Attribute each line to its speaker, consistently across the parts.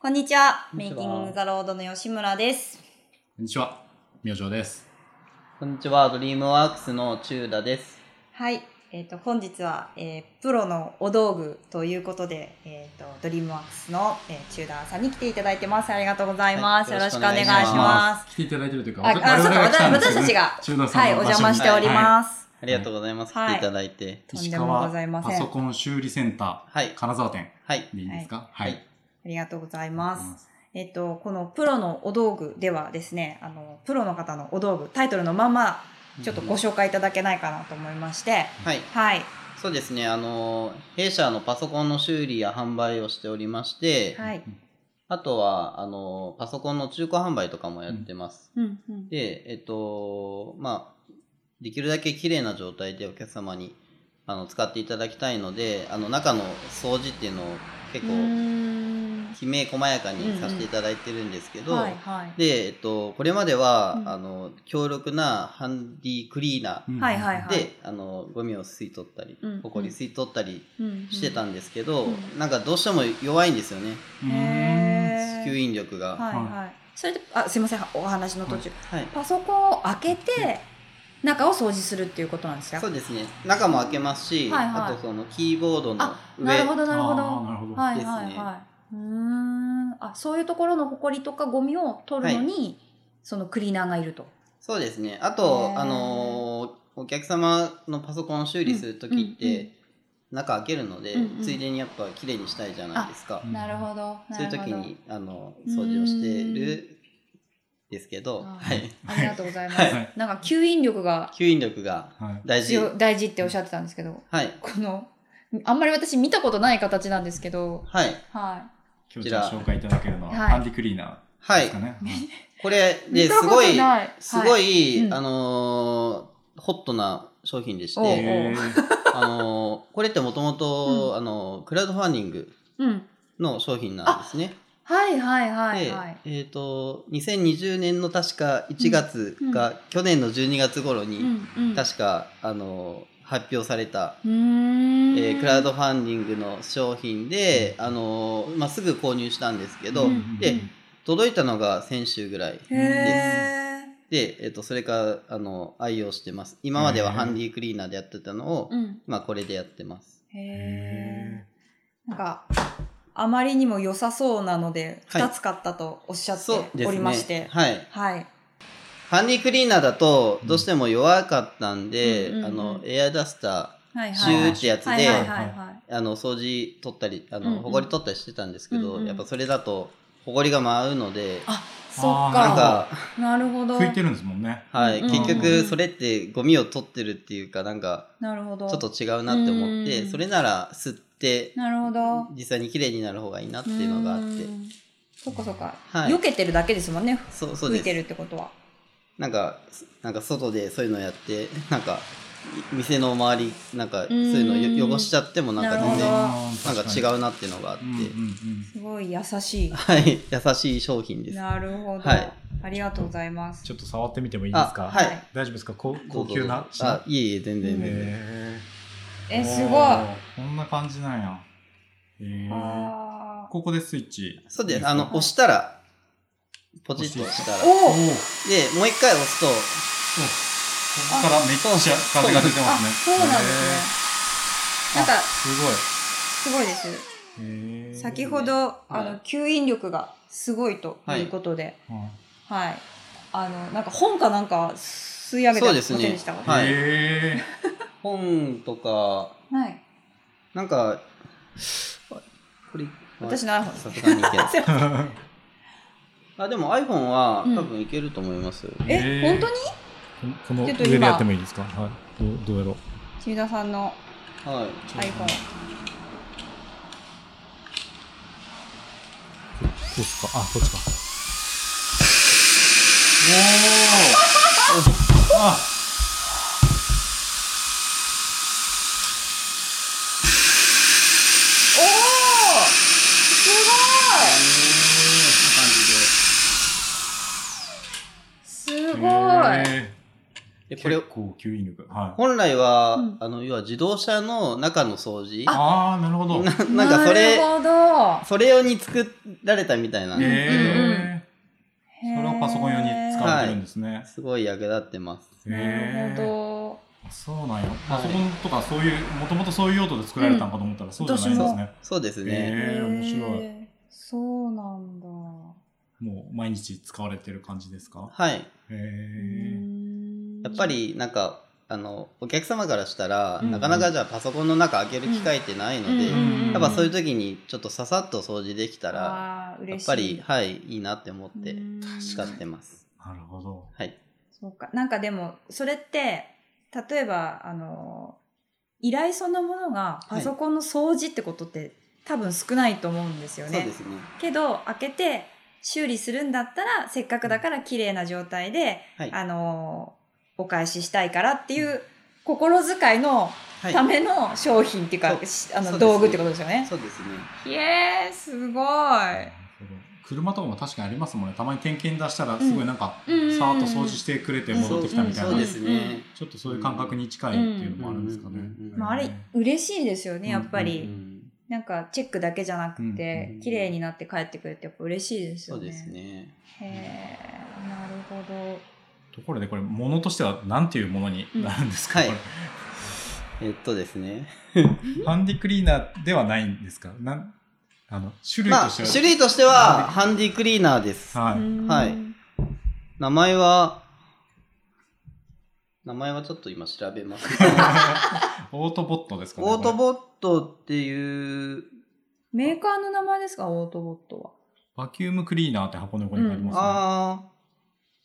Speaker 1: こんにちは。
Speaker 2: こんに
Speaker 1: メイ
Speaker 2: ちは
Speaker 1: キングザロードの吉村です。
Speaker 3: こんにちは、明星です。
Speaker 2: こんにちは、ドリームワークスの中田です。
Speaker 1: はい。えっ、と、本日は、えープロのお道具ということで、えっ、と、ドリームワークスの、えー、チューダーさんに来ていただいてます。ありがとうございます。
Speaker 2: はい
Speaker 1: よろしくお願いし
Speaker 2: お願いし
Speaker 1: ま
Speaker 2: ま
Speaker 1: す。
Speaker 3: 来ていただいてるというか、
Speaker 1: あ、あ、そうか、
Speaker 3: が来たんです
Speaker 1: 私
Speaker 3: よ
Speaker 1: たちが、
Speaker 3: 中田さん
Speaker 1: はい、
Speaker 3: の場
Speaker 1: お
Speaker 3: 所
Speaker 1: 邪
Speaker 3: に
Speaker 1: 魔しております。
Speaker 2: ありがとうございます。
Speaker 1: はい
Speaker 2: 来ていただいて。
Speaker 1: とん
Speaker 3: 石
Speaker 1: でもご
Speaker 3: 川
Speaker 1: ざいません
Speaker 3: パソコン修理センター、
Speaker 2: はい
Speaker 3: 金沢店
Speaker 2: はい。
Speaker 3: でいいですか
Speaker 2: はいはい
Speaker 1: ありがとうございます。えっと、このプロのお道具ではですね、あの、プロの方のお道具、タイトルのまま、ちょっとご紹介いただけないかなと思いまして、
Speaker 2: はい。
Speaker 1: はい、
Speaker 2: そうですね、あの、弊社のパソコンの修理や販売をしておりまして、
Speaker 1: はい、
Speaker 2: あとは、あの、パソコンの中古販売とかもやってます。
Speaker 1: うん、うん、
Speaker 2: で、えっと、まあ、できるだけ綺麗な状態でお客様にあの使っていただきたいので、あの、中の掃除っていうのを結
Speaker 1: う
Speaker 2: 構、
Speaker 1: ーん
Speaker 2: きめ細やかにさせていただいてるんですけど、
Speaker 1: はい、はい。
Speaker 2: で、えっと、これまでは、
Speaker 1: うん
Speaker 2: あの、強力なハンディクリーナ
Speaker 3: うん
Speaker 1: はいはい
Speaker 2: ー
Speaker 1: はい
Speaker 2: で、あの、ゴミを吸い取ったり
Speaker 1: うん、
Speaker 2: 埃、吸い取ったりしてた
Speaker 1: ん
Speaker 2: んですけど、
Speaker 1: うん
Speaker 2: なんかどうしても弱いんですよね、
Speaker 3: うん
Speaker 1: へ
Speaker 2: 吸
Speaker 1: ー
Speaker 2: 引力
Speaker 1: は
Speaker 2: が。
Speaker 1: いはい。それで、あ、すいません、お話の途中。
Speaker 2: はい
Speaker 1: パソコンを開けて、中を掃除するっていうことなんですか
Speaker 2: そうですね。中も開けますし、
Speaker 1: はいはい
Speaker 2: あとそのキーボードの
Speaker 1: あ、な
Speaker 2: 上
Speaker 1: るほど、なるほど。
Speaker 3: あーなるほど
Speaker 1: はい
Speaker 2: ですね
Speaker 1: はいはい。うーん。あ、そういうところのホコリとかゴミを取るのに、そのクリーナーがいると。
Speaker 2: そうですね。あ
Speaker 1: へ
Speaker 2: と、
Speaker 1: ー
Speaker 2: あのーお客様のパソコンを修理するときって、
Speaker 1: うんうんうん
Speaker 2: 中開けるので、
Speaker 1: うんうん
Speaker 2: ついでにやっぱ綺麗にしたいじゃないですか。
Speaker 3: うんなるほ
Speaker 1: ど。
Speaker 2: そういうときに、あの、掃除をしてるですけど、
Speaker 1: うん
Speaker 2: はい。
Speaker 1: ありがとうございます。
Speaker 3: はい
Speaker 1: なんか吸引力が
Speaker 2: 吸引力が
Speaker 3: はい
Speaker 2: 大事。
Speaker 1: 強大事っておっしゃってたんですけど、
Speaker 2: はい。
Speaker 1: この、あんまり私見たことない形なんですけど、
Speaker 2: はい。
Speaker 1: は
Speaker 3: 今日じゃあ紹介いただけるのは、
Speaker 1: はい
Speaker 3: ハンディクリーナー
Speaker 2: は
Speaker 3: です
Speaker 2: い
Speaker 3: か。ね。
Speaker 2: これ、
Speaker 1: い。
Speaker 2: で、
Speaker 1: 見た
Speaker 2: す
Speaker 1: こと
Speaker 2: ごい、
Speaker 1: ない
Speaker 2: すご、
Speaker 1: はいうん
Speaker 2: あのーホットな商品でし
Speaker 1: おう
Speaker 3: は
Speaker 1: お
Speaker 3: い
Speaker 1: ー
Speaker 2: て、
Speaker 3: へー
Speaker 2: あのーこれってもとも
Speaker 1: うん
Speaker 2: と、あのークラウドファンディング
Speaker 1: うん。
Speaker 2: の商品なんですね。
Speaker 1: はいはいはいはい。
Speaker 2: で、えっ、と、2020年の確か1月が、去年の12月頃に、
Speaker 1: うんうん
Speaker 2: 確か、あのー発表された、
Speaker 1: うーん
Speaker 2: えークラウドファンディングの商品で、あのーまあ、すぐ購入したんですけど、
Speaker 1: うん
Speaker 3: うん
Speaker 2: で届いたのが先週ぐらい。
Speaker 1: へー
Speaker 2: で、えっとそれからあの愛用してます今まではハンディクリーナーでやってたのを、
Speaker 1: うん
Speaker 2: 今これでやってます
Speaker 1: へ
Speaker 3: へ
Speaker 1: ーなんかあまりにも良さそうなので
Speaker 2: はい
Speaker 1: 2つ買ったとおっしゃって
Speaker 2: そうです
Speaker 1: お
Speaker 2: ね
Speaker 1: りまして、
Speaker 2: はい
Speaker 1: はい
Speaker 2: ハンディクリーナーだとどうしても弱かったんで、
Speaker 1: うんうんうん
Speaker 2: あのエアダスタ
Speaker 1: はいはい
Speaker 2: シューってやつで
Speaker 1: はいはいはいはい
Speaker 2: ーあの掃除取ったりあ
Speaker 1: うん
Speaker 2: の、
Speaker 1: うん
Speaker 2: ほこり取ったりしてたんですけど、
Speaker 1: うんうん
Speaker 2: やっぱそれだとほこりが舞うので、
Speaker 1: あそっ
Speaker 2: な
Speaker 1: か
Speaker 2: んか、
Speaker 1: なるほど
Speaker 3: ー拭いてるんですもんね。
Speaker 2: はい、
Speaker 1: う
Speaker 3: う
Speaker 1: ん
Speaker 3: んうん
Speaker 2: 結局それってゴミを取ってるっていうかなんか
Speaker 1: なるほど
Speaker 2: ちょっと違うなって思って、
Speaker 1: うん
Speaker 2: それなら吸って
Speaker 1: なるほど
Speaker 2: 実際に綺麗になる方がいいなっていうのがあっ
Speaker 1: う
Speaker 2: て
Speaker 1: ーんそっかそっか、
Speaker 2: はい
Speaker 1: 避けてるだけですもんね
Speaker 2: そうそ
Speaker 1: 吹
Speaker 2: うで
Speaker 1: い
Speaker 2: す
Speaker 1: てるってことは
Speaker 2: なんか、すなんか外でそういうのやって、なんか、い店の周り、なんか、そういうの
Speaker 1: うん
Speaker 2: よ汚しちゃっても、なんか
Speaker 1: なるほ
Speaker 2: 全
Speaker 1: ど
Speaker 2: 然、な
Speaker 3: あー
Speaker 2: んか違。うなっていうのがあって、
Speaker 3: 確にうんうんうん
Speaker 1: すごい優し
Speaker 2: はい、優しい商品で
Speaker 1: い
Speaker 2: す。
Speaker 1: なるほど、
Speaker 2: はい
Speaker 1: ありがとうございます
Speaker 3: ちょっと触ってみてもいいです
Speaker 2: あ、
Speaker 3: か
Speaker 2: は
Speaker 1: はいい。
Speaker 3: 大丈夫ですか高
Speaker 2: ど
Speaker 3: 高
Speaker 2: うぞ
Speaker 3: 級な
Speaker 2: どうぞあ、いえいえ、全然全然。
Speaker 3: へー
Speaker 1: えすごい
Speaker 3: おーこんな感じなんや。へー
Speaker 1: あー
Speaker 3: ここでスイッチ。
Speaker 2: そうで
Speaker 3: いい
Speaker 2: す。あの、
Speaker 3: か
Speaker 2: 押したら、ポチッと押したら、で、
Speaker 3: お
Speaker 1: おー
Speaker 2: もう一回押すと、
Speaker 3: ここからめっちゃ風が出てま
Speaker 1: あ
Speaker 3: すね。
Speaker 1: そうなんですね
Speaker 3: へー
Speaker 1: なんか
Speaker 3: あす
Speaker 1: すごいです
Speaker 3: ごい。へー
Speaker 1: 先ほど、あの吸引力がすごいということで、
Speaker 3: うん
Speaker 1: はい、あのなんか本かなんか吸い上げて
Speaker 2: そう
Speaker 1: ま
Speaker 2: です
Speaker 1: せ
Speaker 2: ね
Speaker 1: んでしたか、
Speaker 2: はい
Speaker 3: へ
Speaker 2: 本とか、
Speaker 1: はい、
Speaker 2: なんか、これ、
Speaker 1: 私の iPhone
Speaker 2: さすがにいけない
Speaker 3: ー
Speaker 2: あ、でも iPhone は
Speaker 1: うん
Speaker 2: 多分いけると思いますよ。
Speaker 1: え、
Speaker 3: へー
Speaker 1: 本当に
Speaker 3: この上
Speaker 1: ちょっと今
Speaker 3: でやってもいいですかはい。どうどうやろう。
Speaker 1: 千田さんの
Speaker 2: はい。
Speaker 1: iPhone
Speaker 3: こっちか。あ、こっちか。おーあ
Speaker 1: おおすごいす
Speaker 2: こんな感じで。
Speaker 1: ごい
Speaker 3: へー
Speaker 2: でこれ
Speaker 4: 結構吸引力。はい。
Speaker 2: 本来は、
Speaker 1: うん
Speaker 2: あの要は自動車の中の掃除な
Speaker 4: ああ、なるほど。
Speaker 2: なんかそれ
Speaker 1: なるほど。
Speaker 2: それ用に作られたみたいなんで、
Speaker 4: ええ。
Speaker 1: へー
Speaker 4: それをパソコン用に使われてるんですね。
Speaker 2: すごい役立ってます
Speaker 1: なるほ
Speaker 4: あそうなんよ。パソコンとかそういう、もともとそういう用途で作られたのかと思ったら、そうじゃないんですね。
Speaker 2: そうです
Speaker 4: へ
Speaker 1: ど。
Speaker 2: ね、
Speaker 4: えー面白い
Speaker 1: い。そうなんだ。
Speaker 4: もう毎日使われてる感じですか
Speaker 2: はい
Speaker 4: へ
Speaker 1: う
Speaker 4: え。
Speaker 1: ん
Speaker 2: やっぱ、りなんかあのお客様からしたら、
Speaker 4: うん
Speaker 2: なかなかじゃあパソコンの中開ける機会ってないので、
Speaker 1: うん
Speaker 4: うん
Speaker 2: やっぱそういう時にちょっとささっと掃除できたら、
Speaker 1: あー
Speaker 2: や
Speaker 1: 嬉
Speaker 2: っ
Speaker 1: しい
Speaker 2: ぱりはいいいなって思って
Speaker 1: うん
Speaker 2: 使ってます。
Speaker 4: なるほど。
Speaker 2: はい、
Speaker 1: そうか。なんかでも、それって、例えば、あの、依頼そのものがパソコンの掃除ってことって、多分少ないと思うんですよ
Speaker 2: そう
Speaker 1: ね
Speaker 2: で。すね。
Speaker 1: けど、開けて修理するんだったら、せっかくだから綺麗な状態で、
Speaker 2: はい、
Speaker 1: あの、お返ししたいからっていう心遣いの
Speaker 2: はい
Speaker 1: た、めの商品っていうか、
Speaker 2: そう
Speaker 1: しあ
Speaker 2: そ
Speaker 1: の
Speaker 2: うですね
Speaker 1: 道具ってことですよね。
Speaker 2: そうですね。
Speaker 1: いえー、すごい。
Speaker 4: なるほど車とかも確かにありますもんね。たまに点検出したら、すごいなんか、さ
Speaker 1: うんうん
Speaker 4: ーっと掃除してくれて戻ってきたみたい
Speaker 2: そう
Speaker 4: な
Speaker 2: で。すね。
Speaker 4: ちょっとそういう感覚に近いっていうのもあるんですかね。
Speaker 2: うん
Speaker 1: まあ、あれ、嬉しいですよね、やっぱり。
Speaker 4: うん
Speaker 2: うん
Speaker 1: なんかチェックだけじゃなく
Speaker 2: うんう
Speaker 1: て
Speaker 2: ん、
Speaker 1: 綺麗になって帰ってくるってやっぱ嬉しいですよ
Speaker 2: そう
Speaker 1: ね。
Speaker 2: です。ね。
Speaker 1: へえ、なるほど。
Speaker 4: ところでこれ、ものとしては何ていうものになるんですか、
Speaker 2: うん
Speaker 4: こ
Speaker 2: はえっとですね。
Speaker 4: れハンディクリーナーではないんですかなんあの種類
Speaker 2: ま
Speaker 4: と
Speaker 2: あ、
Speaker 4: して
Speaker 2: 種
Speaker 4: は、
Speaker 2: 類としては、ハンディクリーナーです。
Speaker 4: はいう
Speaker 1: ーん
Speaker 2: はい名前は、名前はちょっと今調べます。
Speaker 4: オートボットですかね。
Speaker 2: オートボットっていう、
Speaker 1: メーカーの名前ですか、オートボットは。
Speaker 4: バキュームクリーナーって箱の横に書いてますね。
Speaker 2: ああ、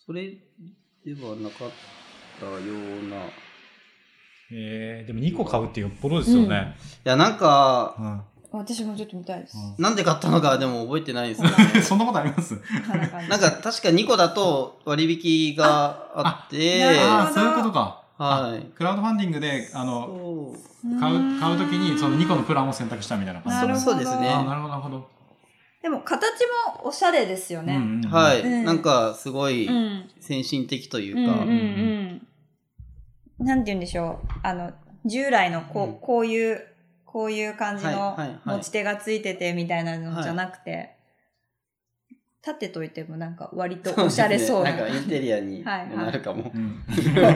Speaker 2: それではなかったような。い
Speaker 4: えーでも2個買うってよっぽどですよね。
Speaker 2: や、なんか、
Speaker 4: うん
Speaker 1: 私もちょっと見たいです。
Speaker 4: う
Speaker 2: なんで買ったのかでも覚えてないんですよね。
Speaker 4: ん そんなことあります
Speaker 1: こんな感じ
Speaker 2: なんか、確か2個だと割引があって、
Speaker 4: あ
Speaker 1: あ
Speaker 4: あ、そういうことか。
Speaker 2: はい。
Speaker 4: クラウドファンディングで、あの、
Speaker 2: そう
Speaker 4: 買う、買うときに、その2個のプランを選択したみたいな
Speaker 1: なるほ
Speaker 4: 感じ
Speaker 1: ど
Speaker 2: そうです
Speaker 4: あー
Speaker 2: ね
Speaker 4: なるほど、なるほど。
Speaker 1: でも形もおしゃれですよ
Speaker 4: うん
Speaker 1: ね。
Speaker 4: うんうん
Speaker 2: はい、
Speaker 1: うん
Speaker 2: なんかすごい
Speaker 1: うん。
Speaker 2: 先進的という
Speaker 1: うんうん
Speaker 2: か、
Speaker 1: うんなんて言うんでしょう。あの、従来のこう、
Speaker 2: うん
Speaker 1: こういう、こういう感じの
Speaker 2: はいはいはい
Speaker 1: 持ち手がついててみたいなのじゃなくて、立てといてもなんか割とおしゃれそうな。
Speaker 2: なんかインテリアにも
Speaker 1: はいはい
Speaker 2: なるかも。
Speaker 4: うん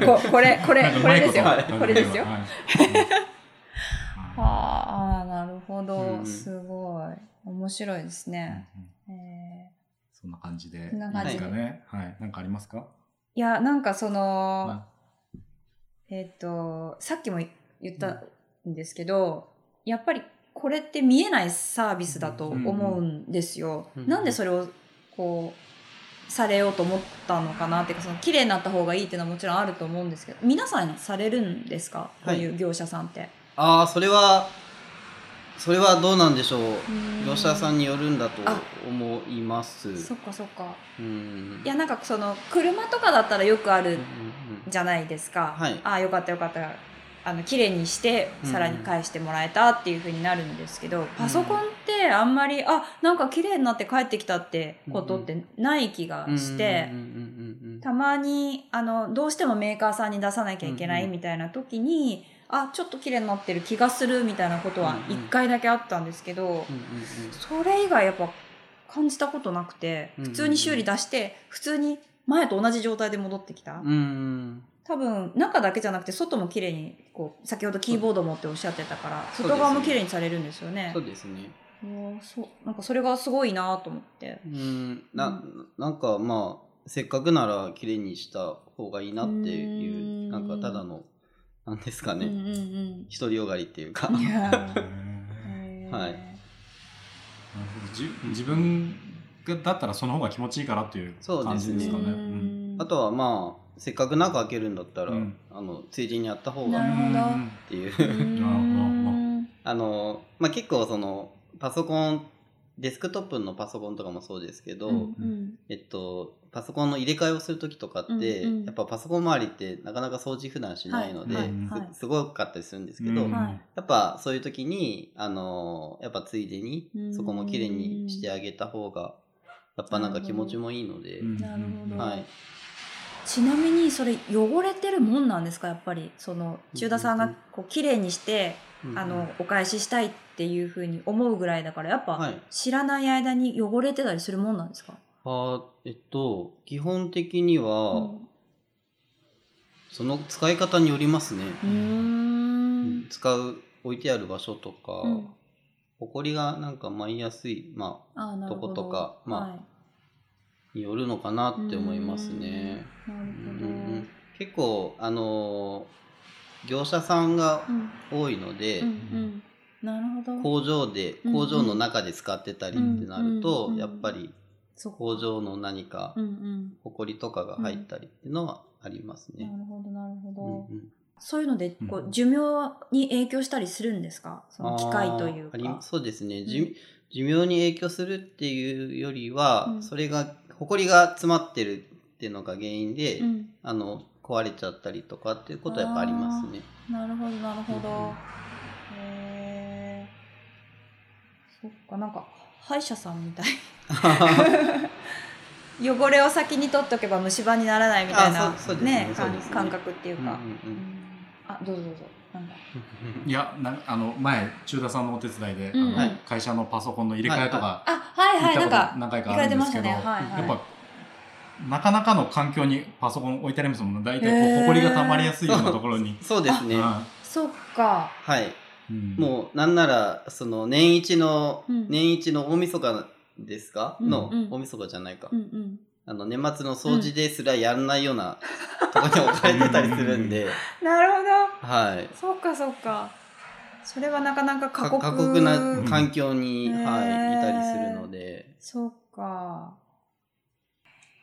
Speaker 1: こここれ、こ
Speaker 4: な
Speaker 1: れ
Speaker 4: んか、う
Speaker 1: こ
Speaker 4: ま
Speaker 1: れ
Speaker 4: い
Speaker 1: で
Speaker 4: と
Speaker 1: すよ
Speaker 4: はい。
Speaker 1: これですよ。
Speaker 4: はいは
Speaker 1: ああ、なるほ
Speaker 2: う
Speaker 1: ど。
Speaker 2: ん
Speaker 1: すごい。面白いです
Speaker 4: い
Speaker 1: ね。
Speaker 4: うんうん
Speaker 1: えー
Speaker 4: そんな感じで。いい
Speaker 1: そんな感
Speaker 2: じ
Speaker 4: ですかね。はい。なんかありますか
Speaker 1: いや、なんかその、
Speaker 4: は
Speaker 1: えっと、さっきも言ったんですけど、やっぱりこれって見えないサービスだと思うんですよ。
Speaker 2: うん
Speaker 1: なんでそれを、こう、されようと思ったのかなっていうか、その綺麗になった方がいいっていうのはもちろんあると思うんですけど、皆さんされるんですかこういう業者さんって。
Speaker 2: ああ、それは、それはどうなんでしょう。業者さ
Speaker 1: に。
Speaker 2: んによるんだと
Speaker 1: あ
Speaker 2: 思います。
Speaker 1: そっかそっか。
Speaker 2: うん
Speaker 1: いやなんかその車とかだったらよくあ
Speaker 2: う
Speaker 1: る
Speaker 2: んうんうん
Speaker 1: じゃないですか、
Speaker 2: はい
Speaker 1: ああよかったよかったあの綺麗にして
Speaker 2: うん
Speaker 1: さらに返してもらえたっていう風になるんですけど、パソコンってあんまりあなんか綺麗になって帰ってきたってことってない気がして、
Speaker 2: うんうんうんうんうん
Speaker 1: たまにあのどうしてもメーカーさんに出さなきゃいけな
Speaker 2: う
Speaker 1: い
Speaker 2: んうん
Speaker 1: みたいな時に、あちょっと綺麗になってる気がするみたいなことは
Speaker 2: うんうん
Speaker 1: 1回だけあったんですけど、
Speaker 2: うんうんうん
Speaker 1: それ以外やっぱ感じたことなくて
Speaker 2: うん
Speaker 1: 普通に修理出して普通に前と同じ状態で戻ってきた
Speaker 2: うんうん
Speaker 1: 多分中だけじゃなくて外も綺麗にこう先ほどキーボードもっておっしゃってたから
Speaker 2: そう
Speaker 1: 外側も綺麗にされるんですよね
Speaker 2: そうですね。
Speaker 1: おーそうなんかそれがすごいなと思って
Speaker 2: うん、な、なんかまあ、せっかくなら綺麗にした方がいいなってい
Speaker 1: ん
Speaker 2: うう、なんかただの、なんですか
Speaker 1: う
Speaker 2: ね、
Speaker 1: んうん
Speaker 2: 独りよがりっていうか
Speaker 1: う。んいや
Speaker 4: い。
Speaker 1: ー
Speaker 2: はい
Speaker 4: なるほどじ自分がだったらその方が気持ちいいからっていう感じですかね。
Speaker 1: う
Speaker 4: うん
Speaker 1: ん
Speaker 2: あとはまあ、せっかく中開けるんだったら、
Speaker 4: うん
Speaker 2: あの、ついでにやった方が
Speaker 1: なるほど
Speaker 4: うん
Speaker 2: っていう。
Speaker 1: うん
Speaker 2: あの、まあ結構その、パソコン、デスクトップのパソコンとかもそうですけど、
Speaker 1: うんうん
Speaker 2: えっと、パソコンの入れ替えをするときとかって、
Speaker 1: うんうん
Speaker 2: やっぱパソコン周りってなかなか掃除普段しないので、
Speaker 4: はいはい
Speaker 1: はい
Speaker 2: すすごかったりするんですけど、
Speaker 4: うん
Speaker 2: や
Speaker 1: はい
Speaker 2: っぱそういう時に、あのーやっぱついでに
Speaker 1: う、ん
Speaker 2: そこも綺麗にしてあげた方が、やっぱなんか気持ちもいいので、
Speaker 4: うん
Speaker 1: なるほど
Speaker 2: はい。
Speaker 1: ちなみにそれ汚れてるもんなんですかやっぱりその中田さんがこう綺麗にして、
Speaker 2: うん
Speaker 1: あのお返ししたいっていうふうに思うぐらいだからやっぱ、
Speaker 2: はい
Speaker 1: 知らない間に汚れてたりするもんなんですか、
Speaker 2: あえっと基本的には、
Speaker 1: うん
Speaker 2: その使い方によりますね、
Speaker 1: うーん
Speaker 2: 使う置いてある場所とか、
Speaker 1: うん
Speaker 2: ほこりがなんか舞いやすいまあ
Speaker 1: あーなるほど
Speaker 2: とことかまあ
Speaker 1: はい
Speaker 2: によるのかなって思いますね。
Speaker 1: なる
Speaker 2: う
Speaker 1: ほど、
Speaker 2: ん結構あのー業者さんが
Speaker 1: うん
Speaker 2: 多いので、
Speaker 1: うんうんなるほど
Speaker 2: 工場で
Speaker 1: うん
Speaker 2: 工場の中で使ってたりってなると、
Speaker 1: うんうん
Speaker 2: やっぱり
Speaker 1: そこ
Speaker 2: 工場の何か
Speaker 1: うんうん
Speaker 2: 埃とかが入ったりっていうのはありますね。
Speaker 1: なるほどなるほど、
Speaker 2: うんうん
Speaker 1: そういうのでこ
Speaker 4: う
Speaker 1: うん寿命に影響したりするんですかその機械という
Speaker 2: あ
Speaker 1: か
Speaker 2: ーありそうですね、
Speaker 1: ん
Speaker 2: 寿寿命に影響するっていうよりは、
Speaker 1: うん
Speaker 2: それが埃が詰まってるっていうのが原因で、
Speaker 1: うん
Speaker 2: あの壊れちゃったりとかっていうことはやっぱありますね。
Speaker 1: なるほどなるほ
Speaker 2: うんう
Speaker 1: ど
Speaker 2: ん
Speaker 1: へえそっかなんか歯医者さんみたい汚れを先に取っておけば虫歯にならないみたいな
Speaker 2: あそうそうですねそう
Speaker 1: 感
Speaker 2: ですね
Speaker 1: 感覚っていう
Speaker 2: うんう
Speaker 1: か、
Speaker 2: ん
Speaker 1: あどうぞどうぞなんだ
Speaker 4: いやなあの前中田さんのお手伝いで、
Speaker 1: うん
Speaker 4: あ
Speaker 2: はい
Speaker 4: の会社のパソコンの入れ替えとか
Speaker 1: あはい
Speaker 4: 行
Speaker 1: は
Speaker 4: っ
Speaker 1: いなん
Speaker 4: たこと
Speaker 1: か
Speaker 4: 何回かあるんですけど、
Speaker 1: 行かれてましたねはいはい
Speaker 4: やっぱなかなかの環境にパソコン置いてありますもんね大体こう埃が溜まりやすいようなところに。
Speaker 2: そうですね。
Speaker 4: うん
Speaker 1: そっか
Speaker 2: はい。
Speaker 4: うん
Speaker 2: もうなんならその年一の、
Speaker 1: うん
Speaker 2: 年一の大晦日ですか、
Speaker 1: うん
Speaker 2: の
Speaker 1: うん
Speaker 2: 大晦日じゃないか、
Speaker 1: うんうん
Speaker 2: あの年末の掃除ですらやらないようなとこに置かれてたりするんで、
Speaker 1: なるほ
Speaker 2: はい
Speaker 1: ど。そっかそっかそれはなかなか過
Speaker 2: か
Speaker 1: 酷
Speaker 2: 過酷な環境に、
Speaker 1: うん
Speaker 2: はい、いたりす
Speaker 1: へー
Speaker 2: るので。
Speaker 1: そっか
Speaker 4: は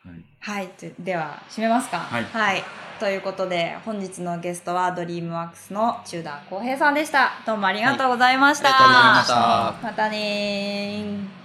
Speaker 4: い
Speaker 1: はい、とでは締めますか。
Speaker 4: はい
Speaker 1: ということで本日のゲストはドリームワックスの中田浩平さんでした。どうもありがとうございました。
Speaker 2: はいありがとうございました
Speaker 1: またねー。